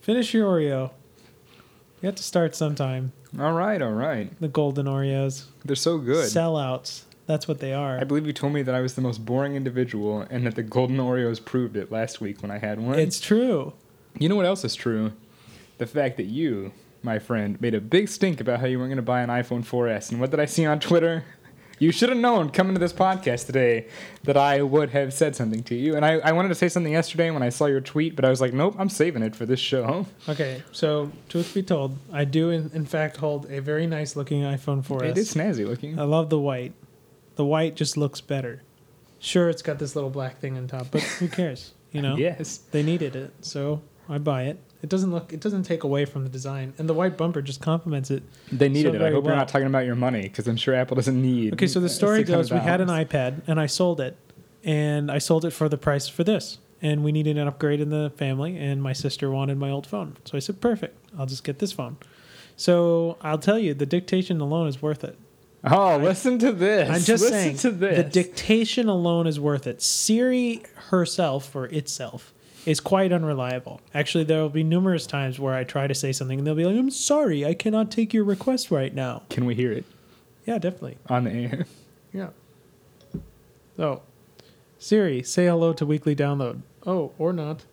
Finish your Oreo. You have to start sometime. All right, all right. The golden Oreos. They're so good. Sellouts. That's what they are. I believe you told me that I was the most boring individual and that the golden Oreos proved it last week when I had one. It's true. you know what else is true? The fact that you, my friend, made a big stink about how you weren't going to buy an iPhone 4S. And what did I see on Twitter? You should have known coming to this podcast today that I would have said something to you. And I, I wanted to say something yesterday when I saw your tweet, but I was like, nope, I'm saving it for this show. Okay, so truth be told, I do in, in fact hold a very nice looking iPhone 4S. It is snazzy looking. I love the white. The white just looks better. Sure, it's got this little black thing on top, but who cares? You know, Yes. they needed it, so I buy it. It doesn't look. It doesn't take away from the design, and the white bumper just complements it. They needed it. I very hope we are well. not talking about your money because I'm sure Apple doesn't need. Okay, so uh, the story goes: we had an $600. iPad, and I sold it, and I sold it for the price for this, and we needed an upgrade in the family, and my sister wanted my old phone, so I said, "Perfect, I'll just get this phone." So I'll tell you, the dictation alone is worth it. Oh, listen to this. I'm just listen saying to this. the dictation alone is worth it. Siri herself or itself is quite unreliable. Actually, there will be numerous times where I try to say something and they'll be like, "I'm sorry, I cannot take your request right now." Can we hear it Yeah, definitely. on the air? Yeah. So, Siri, say hello to weekly download. Oh, or not.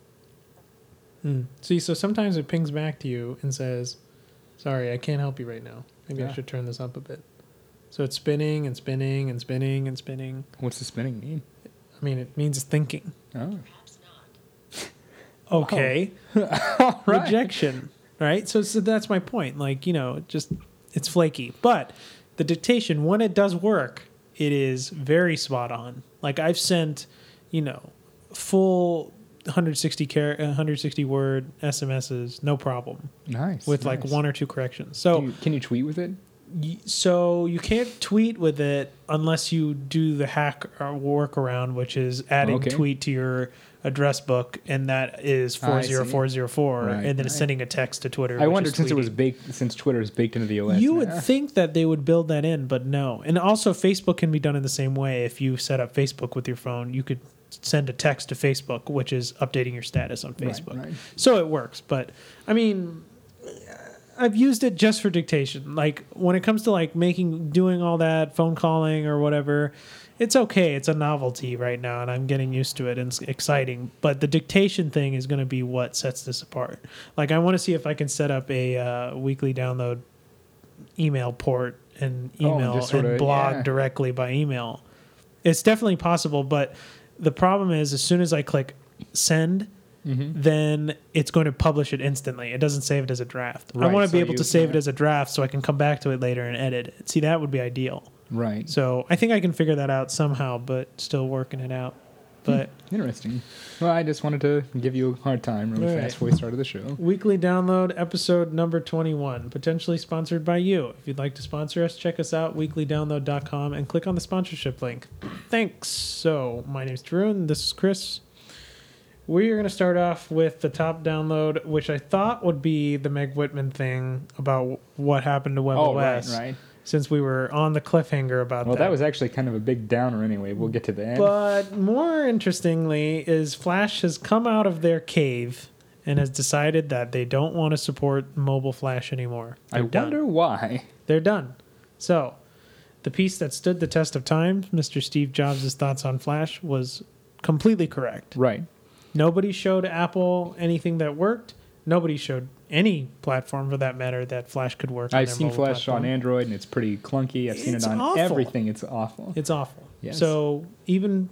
Hmm. See, so sometimes it pings back to you and says, "Sorry, I can't help you right now. Maybe I Yeah. should turn this up a bit." So it's spinning and spinning and spinning and spinning. What's the spinning mean? I mean, it means thinking. Oh, Okay. right. Rejection. Right? So, so that's my point. Like, you know, it just it's flaky. But the dictation, when it does work, it is very spot on. Like I've sent, you know, full 160 care, 160 word SMSs, no problem, nice. with like nice. one Oh. or two corrections. Can So, you, can you tweet with it? y so you can't tweet with it unless you do the hack or workaround, which is adding Okay. tweet to your address book, and that is I four see. zero four zero four, Right, and then it's right. sending a text to Twitter. I which wondered is since it was tweeting. baked, since Twitter is baked into the OS. You now. would think that they would build that in, but no. And also, Facebook can be done in the same way. If you set up Facebook with your phone, you could send a text to Facebook, which is updating your status on Right, Facebook. right. So it works, but I mean, uh, I've used it just for dictation. Like when it comes to like making, doing all that phone calling or whatever, it's okay. It's a novelty right now, and I'm getting used to it and it's exciting. But the dictation thing is going to be what sets this apart. Like I want to see if I can set up a uh, weekly download email port and Oh, email just sorta- and blog yeah. directly by email. It's definitely possible, but the problem is as soon as I click send, Mm-hmm. then it's going to publish it instantly. It doesn't save it as a draft. I Right, want to so be able you- to save it yeah. as a draft so I can come back to it later and edit it. See, that would be ideal. Right. So I think I can figure that out somehow, but still working it out. But Interesting. Well, I just wanted to give you a hard time really Right. fast before we started the show. Weekly download episode number 21, potentially sponsored by you. If you'd like to sponsor us, check us out, weeklydownload.com, and click on the sponsorship link. Thanks. So, my name's Drew, and this is Chris. We are going to start off with the top download, which I thought would be the Meg Whitman thing about what happened to WebOS, Oh, right, right. since we were on the cliffhanger about Well, that. that was actually kind of a big downer anyway. We'll get to that. But more interestingly, is Flash has come out of their cave and has decided that they don't want to support mobile Flash anymore. I They're done. wonder why. They're done. So, the piece that stood the test of time, Mr. Steve Jobs' thoughts on Flash, was completely correct. Right. Nobody showed Apple anything that worked. Nobody showed any platform, for that matter, that Flash could work. on I've their seen mobile Flash platform. on Android and it's pretty clunky. I've seen It's it on awful. everything. It's awful. It's awful. Yes. So even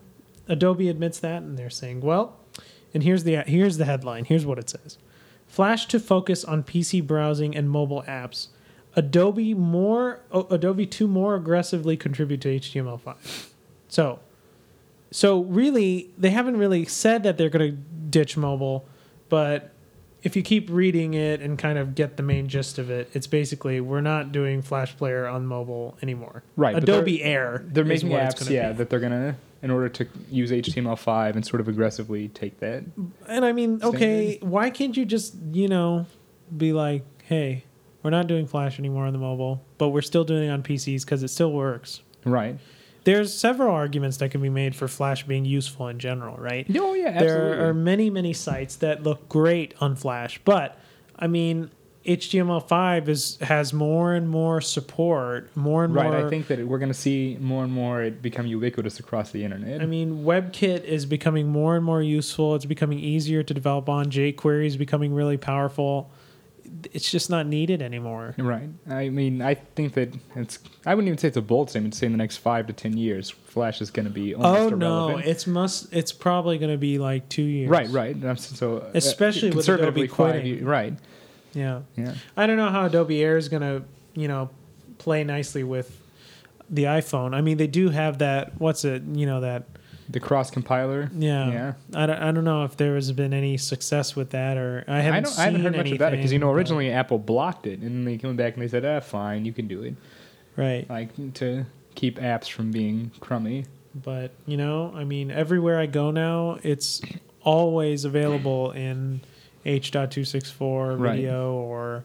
Adobe admits that, and they're saying, "Well," and here's the here's the headline. Here's what it says: Flash to focus on PC browsing and mobile apps. Adobe more oh, Adobe to more aggressively contribute to HTML5. So, so really, they haven't really said that they're going to ditch mobile, but if you keep reading it and kind of get the main gist of it, it's basically we're not doing Flash Player on mobile anymore. Right, but they're- Adobe Air. They're is making what it's apps, gonna yeah, be. that they're gonna in order to use HTML5 and sort of aggressively take that. And I mean, okay, why can't you just you know be like, hey, we're not doing Flash anymore on the mobile, but we're still doing it on PCs because it still works. Right. There's several arguments that can be made for Flash being useful in general, right? Oh yeah, there are many many sites that look great on flash but I mean, HTML5 is has more and more support, more and Right. more. I think that we're going to see more and more it become ubiquitous across the internet. I mean, WebKit is becoming more and more useful. It's becoming easier to develop on. jQuery is becoming really powerful. It's just not needed anymore. Right. I mean, I think that it's. I wouldn't even say it's a bold statement. to Say in the next five to ten years, Flash is going to be almost oh no, irrelevant. it's must. It's probably going to be like two years. Right. Right. That's- So uh, Especially with conservatively Adobe five quitting. ye- Right. Yeah. Yeah. I don't know how Adobe Air is going to, you know, play nicely with the iPhone. I mean, they do have that. What's it? You know that. The cross compiler. Yeah. Yeah. I don't, I don't know if there has been any success with that or I haven't. I don't. I haven't seen heard much about it because you know anything, but- originally Apple blocked it, and then they came back and they said, "Ah, fine, you can do it." right? Like to keep apps from being crummy. But you know, I mean, everywhere I go now, it's always available in H.264 Right. video or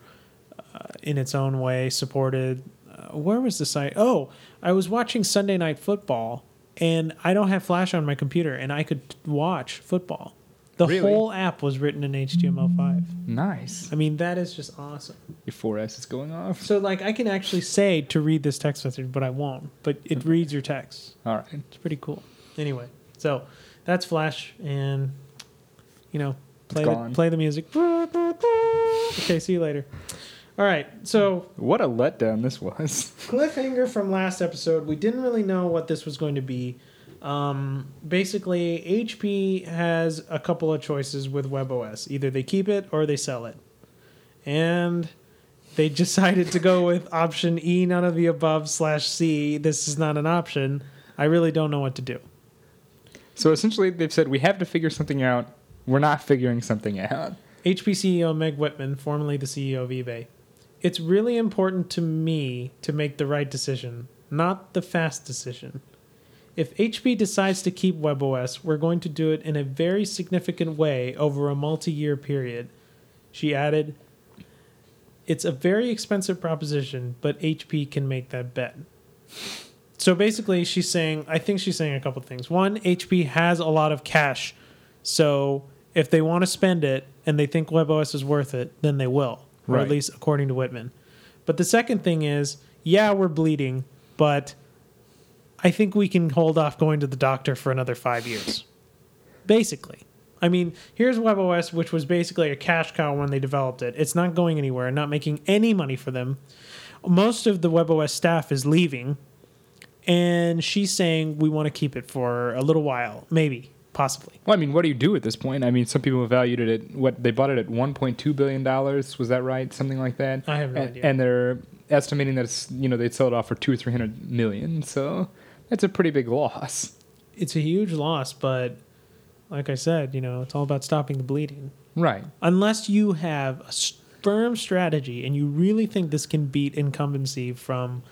uh, in its own way supported. Uh, where was the site? Oh, I was watching Sunday Night Football, and I don't have Flash on my computer, and I could watch football. The Really? whole app was written in HTML5. Nice. I mean, that is just awesome. Your 4S is going off. So like I can actually say to read this text message, but I won't. But it reads your text. All right. It's pretty cool. Anyway, so that's Flash, and you know, play the, gone. play the music. Okay, see you later. All right, so What a letdown this was. cliffhanger from last episode. We didn't really know what this was going to be. Um, basically, HP has a couple of choices with WebOS. Either they keep it or they sell it. And they decided to go with option E, none of the above, slash C. This is not an option. I really don't know what to do. So essentially, they've said we have to figure something out. We're not figuring something out. HP CEO E Meg Whitman, formerly the CEO of eBay. It's really important to me to make the right decision, not the fast decision. If HP decides to keep WebOS, we're going to do it in a very significant way over a multi year period. She added, It's a very expensive proposition, but HP can make that bet. So basically, she's saying, I think she's saying a couple things. One, HP has a lot of cash. So if they want to spend it and they think WebOS is worth it, then they will, or at Right. least according to Whitman. But the second thing is, yeah, we're bleeding, but I think we can hold off going to the doctor for another five years. Basically. I mean, here's WebOS, which was basically a cash cow when they developed it. It's not going anywhere, not making any money for them. Most of the WebOS staff is leaving, and she's saying we want to keep it for a little while, maybe, possibly. Well, I mean, what do you do at this point? I mean, some people valued it at what they bought it at one point two billion dollars. Was that right? Something like that. I have no and, idea. And they're estimating that it's you know they'd sell it off for two or three hundred million. So that's a pretty big loss. It's a huge loss, but like I said, you know, it's all about stopping the bleeding. Right. unless you have a s- firm strategy and you really think this can beat incumbency from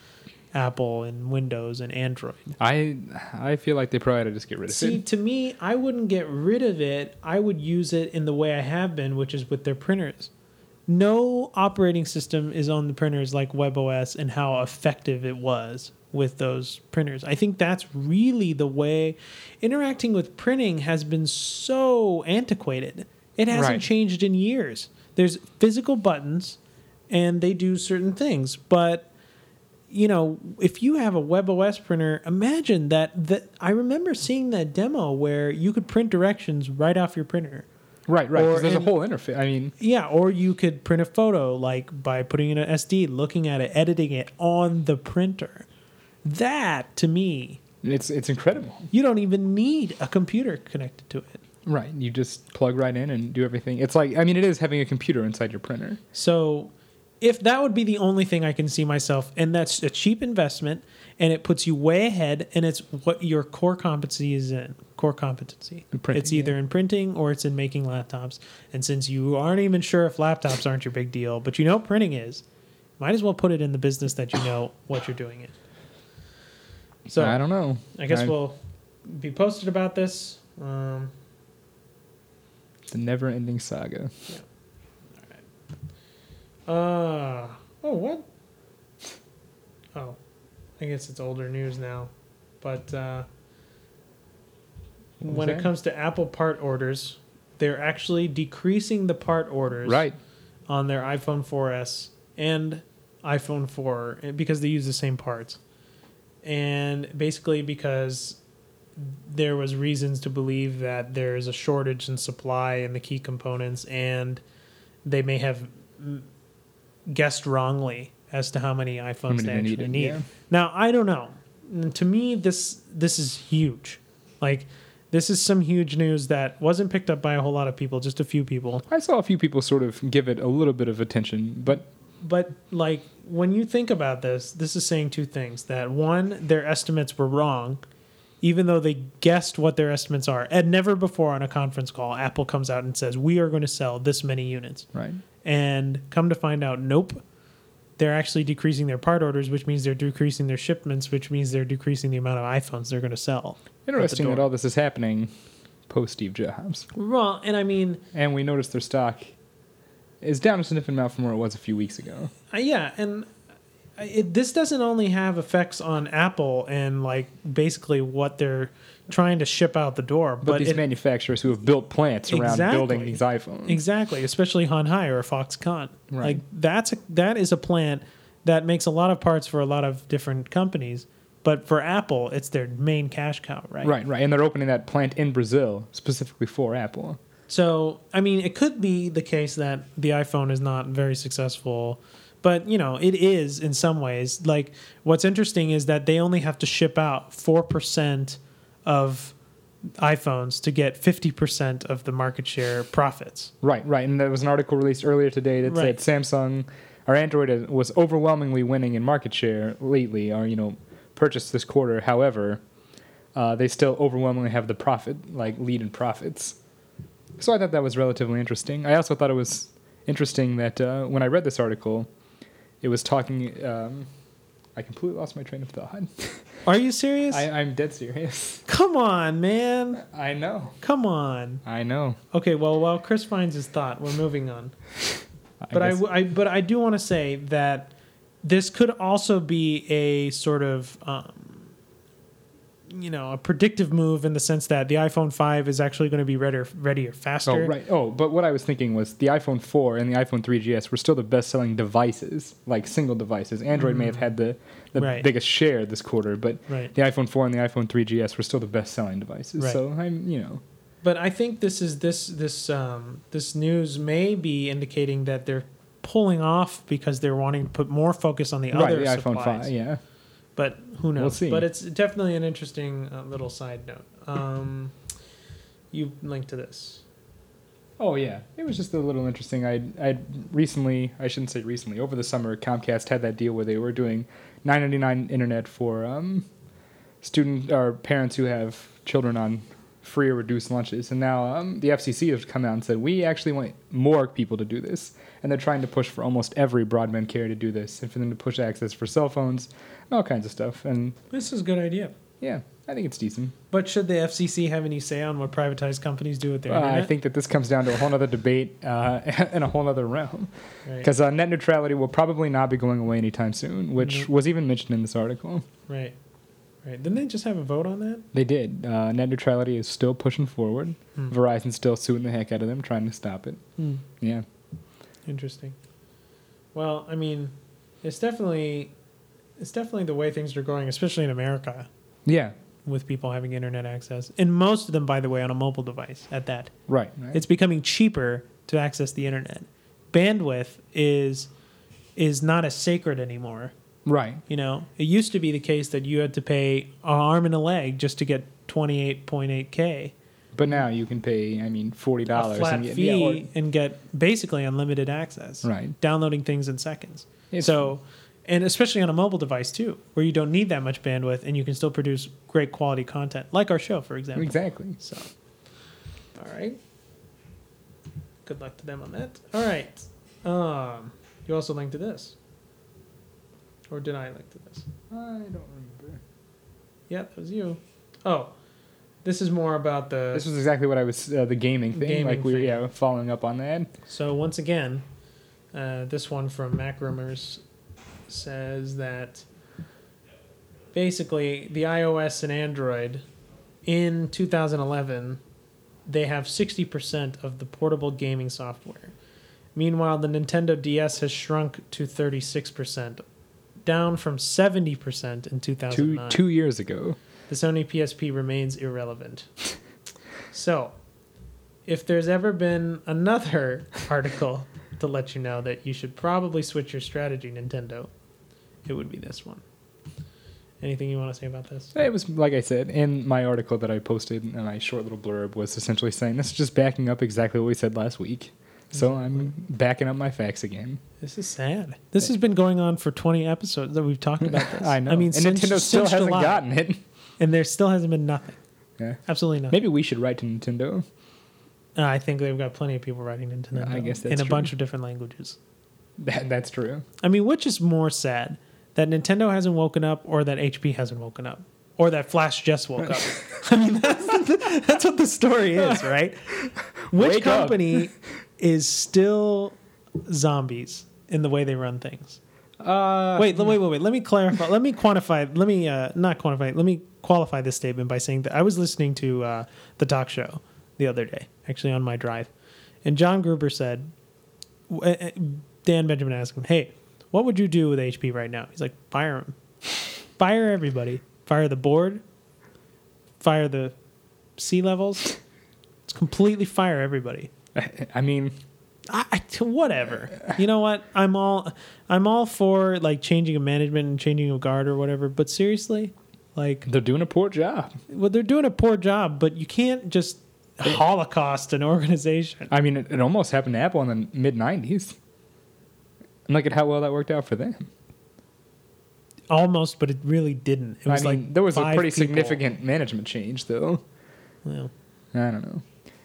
Apple and Windows and Android. I I feel like they probably ought to just get rid of See, it. to me, I wouldn't get rid of it. I would use it in the way I have been, which is with their printers. No operating system is on the printers like WebOS and how effective it was with those printers. I think that's really the way interacting with printing has been so antiquated. It hasn't Right. changed in years. There's physical buttons and they do certain things, but you know, if you have a WebOS printer, imagine that. That I remember seeing that demo where you could print directions right off your printer. Right. Right. 'cause or there's any- a whole interface. I mean, Yeah, or you could print a photo like by putting in an SD, looking at it, editing it on the printer. That to me, it's it's incredible. you don't even need a computer connected to it. Right. You just plug right in and do everything. It's like I mean, it is having a computer inside your printer. So if that would be the only thing I can see myself, and that's a cheap investment, and it puts you way ahead, and it's what your core competency is in. Core competency. In printing, it's either yeah. in printing or it's in making laptops. And since you aren't even sure if laptops aren't your big deal, but you know printing is, might as well put it in the business that you know what you're doing in. So I don't know. I guess I- we'll be posted about this. Um, It's a never-ending saga. Uh, oh, what? Oh, I guess it's older news now. But uh, What was when it that? comes to Apple part orders, they're actually decreasing the part orders Right. on their iPhone 4S and iPhone 4 eh, because they use the same parts. And basically because there was reasons to believe that there is a shortage in supply in the key components and they may have mm, guessed wrongly as to how many iPhones many they they actually needed, need. yeah. Now, I don't know. Mm, To me this this is huge. Like this is some huge news that wasn't picked up by a whole lot of people, just a few people. I saw a few people sort of give it a little bit of attention, but But like when you think about this, this is saying two things. That one, their estimates were wrong, even though they guessed what their estimates are. And never before on a conference call, Apple comes out and says, We are going to sell this many units. right. And come to find out, nope. They're actually decreasing their part orders, which means they're decreasing their shipments, which means they're decreasing the amount of iPhones they're going to sell. Interesting that door. all this is happening post Steve Jobs. Well, and I mean, And we noticed their stock is down a significant amount from where it was a few weeks ago. Uh, yeah, and I- it, this doesn't only have effects on Apple and like basically what they're trying to ship out the door, But, but these it, manufacturers who have built plants around building Exactly. these iPhones. exactly, especially Hanhai or Foxconn. Right. Like that's a, that is a plant that makes a lot of parts for a lot of different companies, but for Apple, it's their main cash cow, right? Right, right. And they're opening that plant in Brazil specifically for Apple. So, I mean, it could be the case that the iPhone is not very successful, but you know, it is in some ways. Like, what's interesting is that they only have to ship out 4% of iPhones to get 50% of the market share profits. Right, right. And there was an article released earlier today that Right. said Samsung or Android is- was overwhelmingly winning in market share lately, or you know, purchased this quarter. However, uh, they still overwhelmingly have the profit, like lead in profits. So I thought that was relatively interesting. I also thought it was interesting that uh, when I read this article, it was talking. Um, I completely lost my train of thought. Are you serious? I, I'm dead serious. Come on, man. I know. Come on. I know. Okay, well, while Chris finds his thought, we're moving on. but I, guess- w- I- but I do want to say that this could also be a sort of um, you know a predictive move in the sense that the iPhone 5 is actually going to be readier readier faster. Oh right. Oh, but what I was thinking was the iPhone 4 and the iPhone 3GS were still the best-selling devices, like single devices. Android may have had the, the Mm. Right. biggest share this quarter, but Right. the iPhone 4 and the iPhone 3GS were still the best-selling devices. Right. So I'm, you know, But I think this is this this um, this news may be indicating that they're pulling off because they're wanting to put more focus on the right, other the iPhone supplies. 5, yeah. but who knows? We'll see. But it's definitely an interesting uh, little side note. Um, you linked to this. Oh yeah, it was just a little interesting. I I recently, I shouldn't say recently, over the summer, Comcast had that deal where they were doing 9.99 internet for um, student or parents who have children on free or reduced lunches, and now um, the FCC has come out and said we actually want more people to do this, and they're trying to push for almost every broadband carrier to do this, and for them to push access for cell phones and all kinds of stuff. And This is a good idea. yeah, I think it's decent. But should the FCC have any say on what privatized companies do with their Uh, I internet? think that this comes down to a whole other debate uh, and a whole other realm. right, Because uh, net neutrality will probably not be going away anytime soon, which Nope. was even mentioned in this article. right, right. Didn't they just have a vote on that? They did. Uh, net neutrality is still pushing forward. Hmm. Verizon's still suing the heck out of them, trying to stop it. Yeah. Interesting. Well, I mean, it's definitely, it's definitely the way things are going, especially in America, Yeah. with people having internet access, and most of them, by the way, on a mobile device. At that, Right. right. it's becoming cheaper to access the internet. Bandwidth is is not as sacred anymore. right. You know, it used to be the case that you had to pay an arm and a leg just to get 28.8K, But now you can pay, I mean, $40 a flat and get- fee, yeah, or- and get basically unlimited access, Right. downloading things in seconds. It's- so, and especially on a mobile device too, where you don't need that much bandwidth and you can still produce great quality content, like our show, for example. Exactly. So, all right. Good luck to them on that. All right. Um, you also linked to this. Or did I link to this? I don't remember. Yeah, that was you. Oh, this is more about the. This was exactly what I was, uh, the gaming thing. Gaming like, we were thing. yeah, following up on that. so once again, uh, this one from Mac Rumors says that basically the iOS and Android in 2011 they have 60% of the portable gaming software, Meanwhile, the Nintendo DS has shrunk to 36%, down from 70% in Two 2009. two years ago. The Sony PSP remains irrelevant. so, if there's ever been another article to let you know that you should probably switch your strategy, Nintendo, it would be this one. Anything you want to say about this? It was like I said in my article that I posted, and my short little blurb was essentially saying this is just backing up exactly what we said last week. So Mm-hmm. I'm backing up my facts again. This is sad. This has been going on for 20 episodes that we've talked about this. I know. I mean, and since, Nintendo still since hasn't July, gotten it. and there still hasn't been nothing. Yeah. Absolutely nothing. Maybe we should write to Nintendo. Uh, I think they've got plenty of people writing into Nintendo I guess that's in a true. bunch of different languages. That, that's true. I mean, which is more sad that Nintendo hasn't woken up or that HP hasn't woken up or that Flash just woke up? I mean, that's, that's what the story is, right? Which Wake up. company is still zombies in the way they run things? Uh, Wait, l- wait, wait, wait. Let me clarify. Let me quantify. Let me uh, not quantify. Let me qualify this statement by saying that I was listening to uh, the talk show the other day, actually on my drive, and John Gruber said, w- uh, uh, Dan Benjamin asked him, "Hey, what would you do with HP right now?" He's like, "Fire him, fire everybody, fire the board, fire the sea levels, it's completely fire everybody." I mean, I, I- t- whatever. You know what? I'm all I'm all for like changing of management and changing of guard or whatever. But seriously, like, they're doing a poor job. well, they're doing a poor job. But you can't just holocaust an organization. I mean, it, it almost happened to Apple in the mid 90s. And look at how well that worked out for them. Almost, but it really didn't. It was I mean, like there was a five pretty people. significant management change, though. Well, I don't know.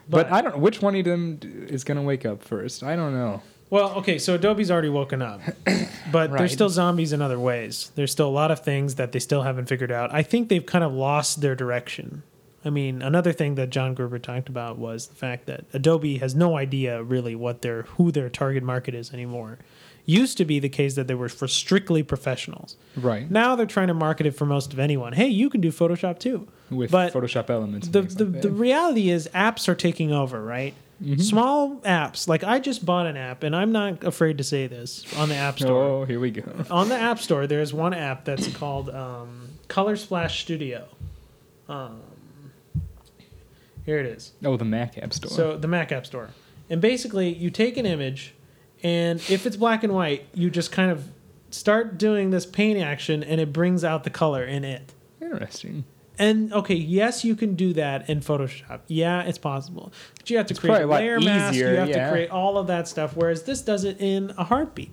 But, But- I don't which one of them d- is going to wake up first. I don't know. well, okay. So Adobe's already woken up, but Right. there's still zombies in other ways. There's still a lot of things that they still haven't figured out. I think they've kind of lost their direction. I mean, another thing that John Gruber talked about was the fact that Adobe has no idea really what their who their target market is anymore. Used to be the case that they were for strictly professionals. Right. Now they're trying to market it for most of anyone. Hey, you can do Photoshop too. With but Photoshop elements. and the things the, like the that. reality is apps are taking over, right? Small apps. Like I just bought an app, and I'm not afraid to say this on the App Store Oh, here we go. on the App Store, there is one app that's called um, Color Splash Studio. Um, here it is. Oh, the Mac App Store. So the Mac App Store, and basically you take an image, and if it's black and white, you just kind of start doing this paint action, and it brings out the color in it. Interesting. And okay, yes, you can do that in Photoshop. Yeah, it's possible. But you have to create probably a lot layer mask. You easier, have yeah. to create all of that stuff. Whereas this does it in a heartbeat.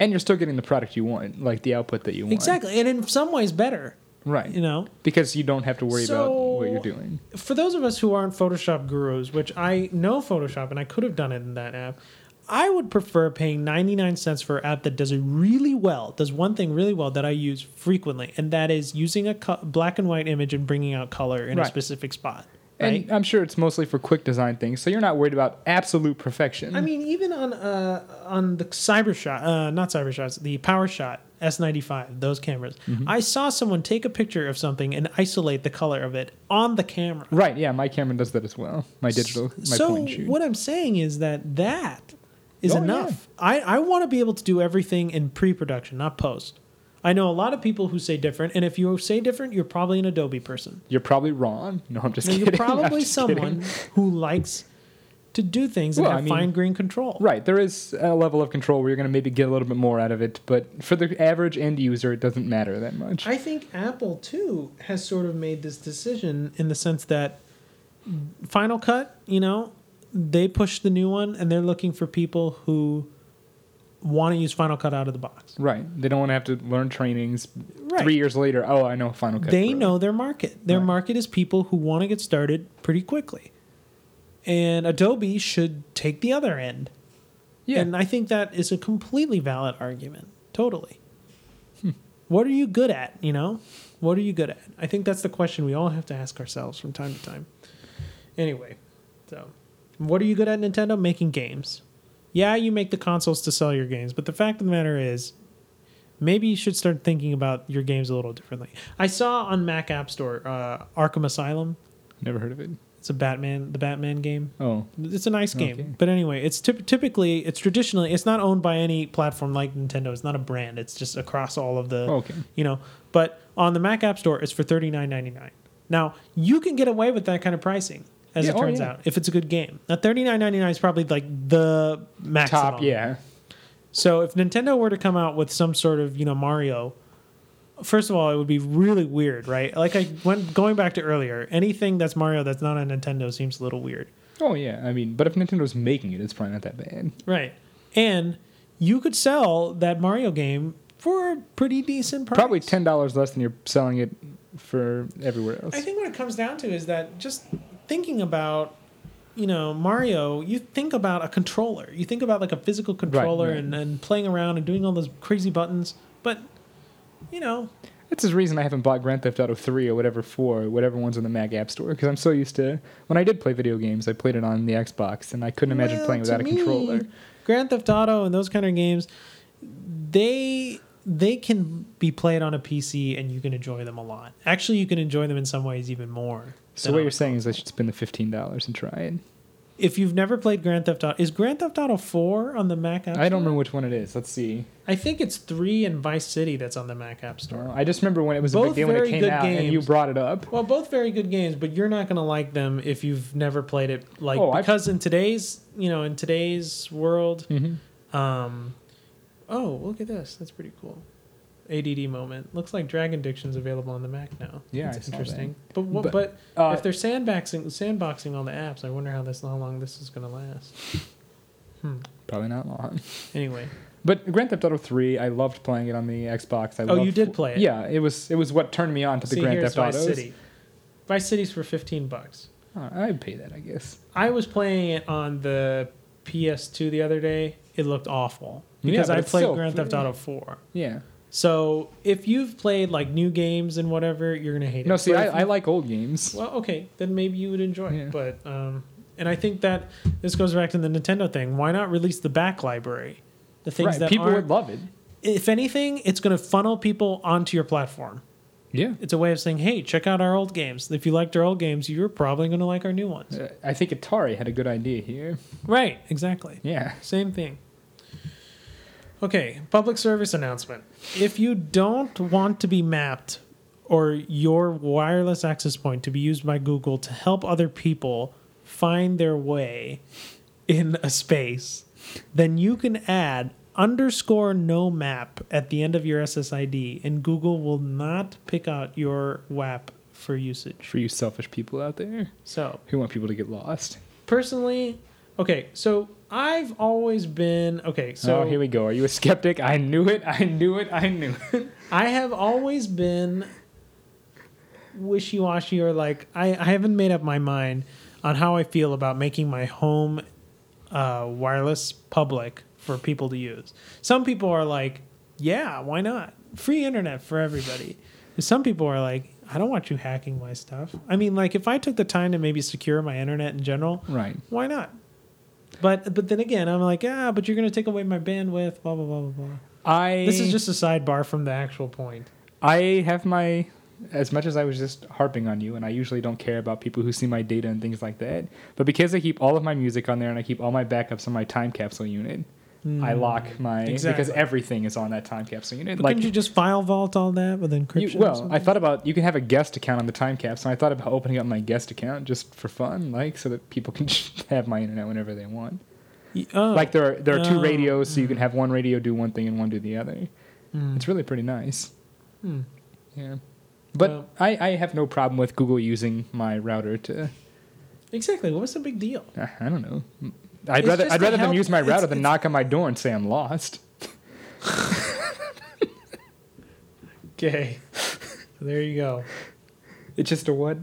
And you're still getting the product you want, like the output that you want. Exactly, and in some ways better. Right. You know. Because you don't have to worry about what you're So- doing. for those of us who aren't Photoshop gurus, which I know Photoshop and I could have done it in that app, I would prefer paying 99 cents for an app that does it really well, does one thing really well that I use frequently, and that is using a co- black and white image and bringing out color in Right. a specific spot. Right? And I'm sure it's mostly for quick design things, so you're not worried about absolute perfection. I mean, even on uh, on the CyberShot, uh, not CyberShots, the PowerShot S95, those cameras, Mm-hmm. I saw someone take a picture of something and isolate the color of it on the camera. right? Yeah, my camera does that as well. My digital, my so point and shoot. what I'm saying is that that is Oh, yeah. enough. I, I want to be able to do everything in pre-production, not post. I know a lot of people who say different, and if you say different, you're probably an Adobe person. You're probably wrong. No, I'm just And kidding. you're I'm probably just kidding. someone who likes to do things and Well, have I mean- fine-grained control. Right, there is a level of control where you're going to maybe get a little bit more out of it, but for the average end user, it doesn't matter that much. I think Apple too has sort of made this decision in the sense that Final Cut, you know, they pushed the new one and they're looking for people who want to use Final Cut out of the box. right, they don't want to have to learn trainings. Right. Three years later, oh, I know Final Cut. they Pro. know their market. Their Right. market is people who want to get started pretty quickly. And Adobe should take the other end. Yeah, And I think that is a completely valid argument. Totally. Hmm. What are you good at? You know? What are you good at? I think that's the question we all have to ask ourselves from time to time. Anyway, so what are you good at, Nintendo? Making games. Yeah, you make the consoles to sell your games, but the fact of the matter is, maybe you should start thinking about your games a little differently. I saw on Mac App Store uh, Arkham Asylum. never heard of it. It's It's a Batman, the Batman game. Oh, It's a nice game, Okay. but anyway, it's typ typically, it's traditionally, it's not owned by any platform like Nintendo. It's not a brand. It's just across all of the, okay. you know. But on the Mac App Store, it's for thirty nine ninety nine. Now you can get away with that kind of pricing, as Yeah, it oh, turns yeah. out, if it's a good game. Now thirty nine ninety nine is probably like the maximum. Top, yeah. So if Nintendo were to come out with some sort of, you know, Mario, first of all, it would be really weird, right? Like I went going back to earlier, anything that's Mario that's not on Nintendo seems a little weird. Oh yeah, I mean, but if Nintendo's making it, it's probably not that bad. Right. And you could sell that Mario game for a pretty decent price. Probably ten dollars less than you're selling it for everywhere else. I think what it comes down to is that just thinking about you know Mario, you think about a controller. You think about like a physical controller right. And, and playing around and doing all those crazy buttons. But you know, That's the reason I haven't bought Grand Theft Auto 3 or whatever 4 or whatever one's on the Mac App Store because I'm so used to when I did play video games, I played it on the Xbox and I couldn't imagine Well, playing to without a me, controller. Grand Theft Auto and those kind of games, they they can be played on a PC and you can enjoy them a lot. Actually, you can enjoy them in some ways even more. So than what on- you're saying is I should spend the $15 and try it. if you've never played Grand Theft Auto, is Grand Theft Auto Four on the Mac App? I don't Store? remember which one it is. Let's see. I think it's three and Vice City that's on the Mac App Store. I just remember when it was a Both big deal when very it came good out and you games. brought it up. Well, both very good games, but you're not going to like them if you've never played it. Like Oh, I- because in today's you know in today's world, Mm-hmm. Um, oh, look at this. That's pretty cool. ADD moment. Looks like Dragon Diction's available on the Mac now. Yeah, I that's saw that. interesting. But what, But, but, Uh, if they're sandboxing sandboxing all the apps, I wonder how this how long this is going to last. Hmm. probably not long. Anyway, But Grand Theft Auto 3, I loved playing it on the Xbox. I Oh, you loved- did play it. Yeah, it was it was what turned me on to the see Grand here's Theft Vice Autos. City. Vice City's for fifteen bucks. Oh, I'd pay that, I guess. I was playing it on the PS2 the other day. It looked awful Yeah, because but I it's played still Grand Theft free. Auto Four. Yeah. So if you've played like new games and whatever, you're gonna hate it. No, see, But if I, I like old games. Well, okay, then maybe you would enjoy Yeah. it. But um, and I think that this goes back to the Nintendo thing. Why not release the back library? The things right. that people aren't- would love it. if anything, it's going to funnel people onto your platform. Yeah. It's a way of saying, hey, check out our old games. If you liked our old games, you're probably going to like our new ones. Uh, I think Atari had a good idea here. Right, exactly. Yeah. Same thing. Okay, public service announcement. If you don't want to be mapped or your wireless access point to be used by Google to help other people find their way in a space, then you can add underscore no map at the end of your SSID, and Google will not pick out your WAP for usage. For you selfish people out there So, who want people to get lost. personally, okay, so I've always been okay. So So Oh, here we go. Are you a skeptic? I knew it. I knew it. I knew it. I have always been wishy washy or like I, I haven't made up my mind on how I feel about making my home uh, wireless public for people to use. Some people are like, yeah, why not? Free internet for everybody. Some people are like, I don't want you hacking my stuff. I mean, like, if I took the time to maybe secure my internet in general, Right. why not? But but then again, I'm like, ah, but you're gonna take away my bandwidth, blah blah blah blah blah. I This is just a sidebar from the actual point. I have my as much as I was just harping on you, and I usually don't care about people who see my data and things like that. But because I keep all of my music on there and I keep all my backups on my time capsule unit, I lock my because exactly. everything is on that time capsule unit. Hmm. But like couldn't you just file vault all that with You- encryption? or well, I something? thought about you can have a guest account on the time caps, and I thought about opening up my guest account just for fun, like so that people can just have my internet whenever they want. Y- oh, Like there are there are two Oh, radios, so you can have one radio do one thing and one do the other. mm, It's really pretty nice. mm. Yeah, but Well- I, I have no problem with Google using my router to exactly. What's the big deal? uh, I don't know. I'd It's rather just I'd to rather them help- use my it's- router than it's- knock on my door and say I'm lost. Okay, there you go. It's just a what?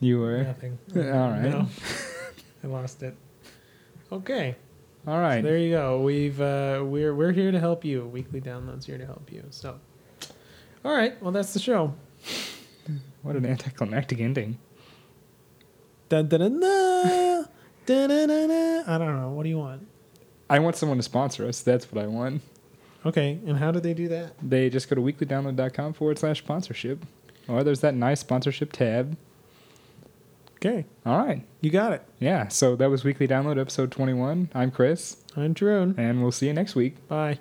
You were Nothing. All right. No. I lost it. Okay, all right. there you go. We've uh, we're we're here to help you. Weekly downloads here to help you. So, all right. Well, that's the show. what an anticlimactic ending. Dun, dun, dun, dun, dun, dun, dun, dun. I don't know. What do you want? I want someone to sponsor us. That's what I want. Okay, and how do they do that? they just go to weeklydownload.com forward slash sponsorship. Or there's that nice sponsorship tab. Okay, All right. you got it. Yeah. So that was Weekly Download, episode 21. I'm Chris, I'm Drew. and we'll see you next week. Bye.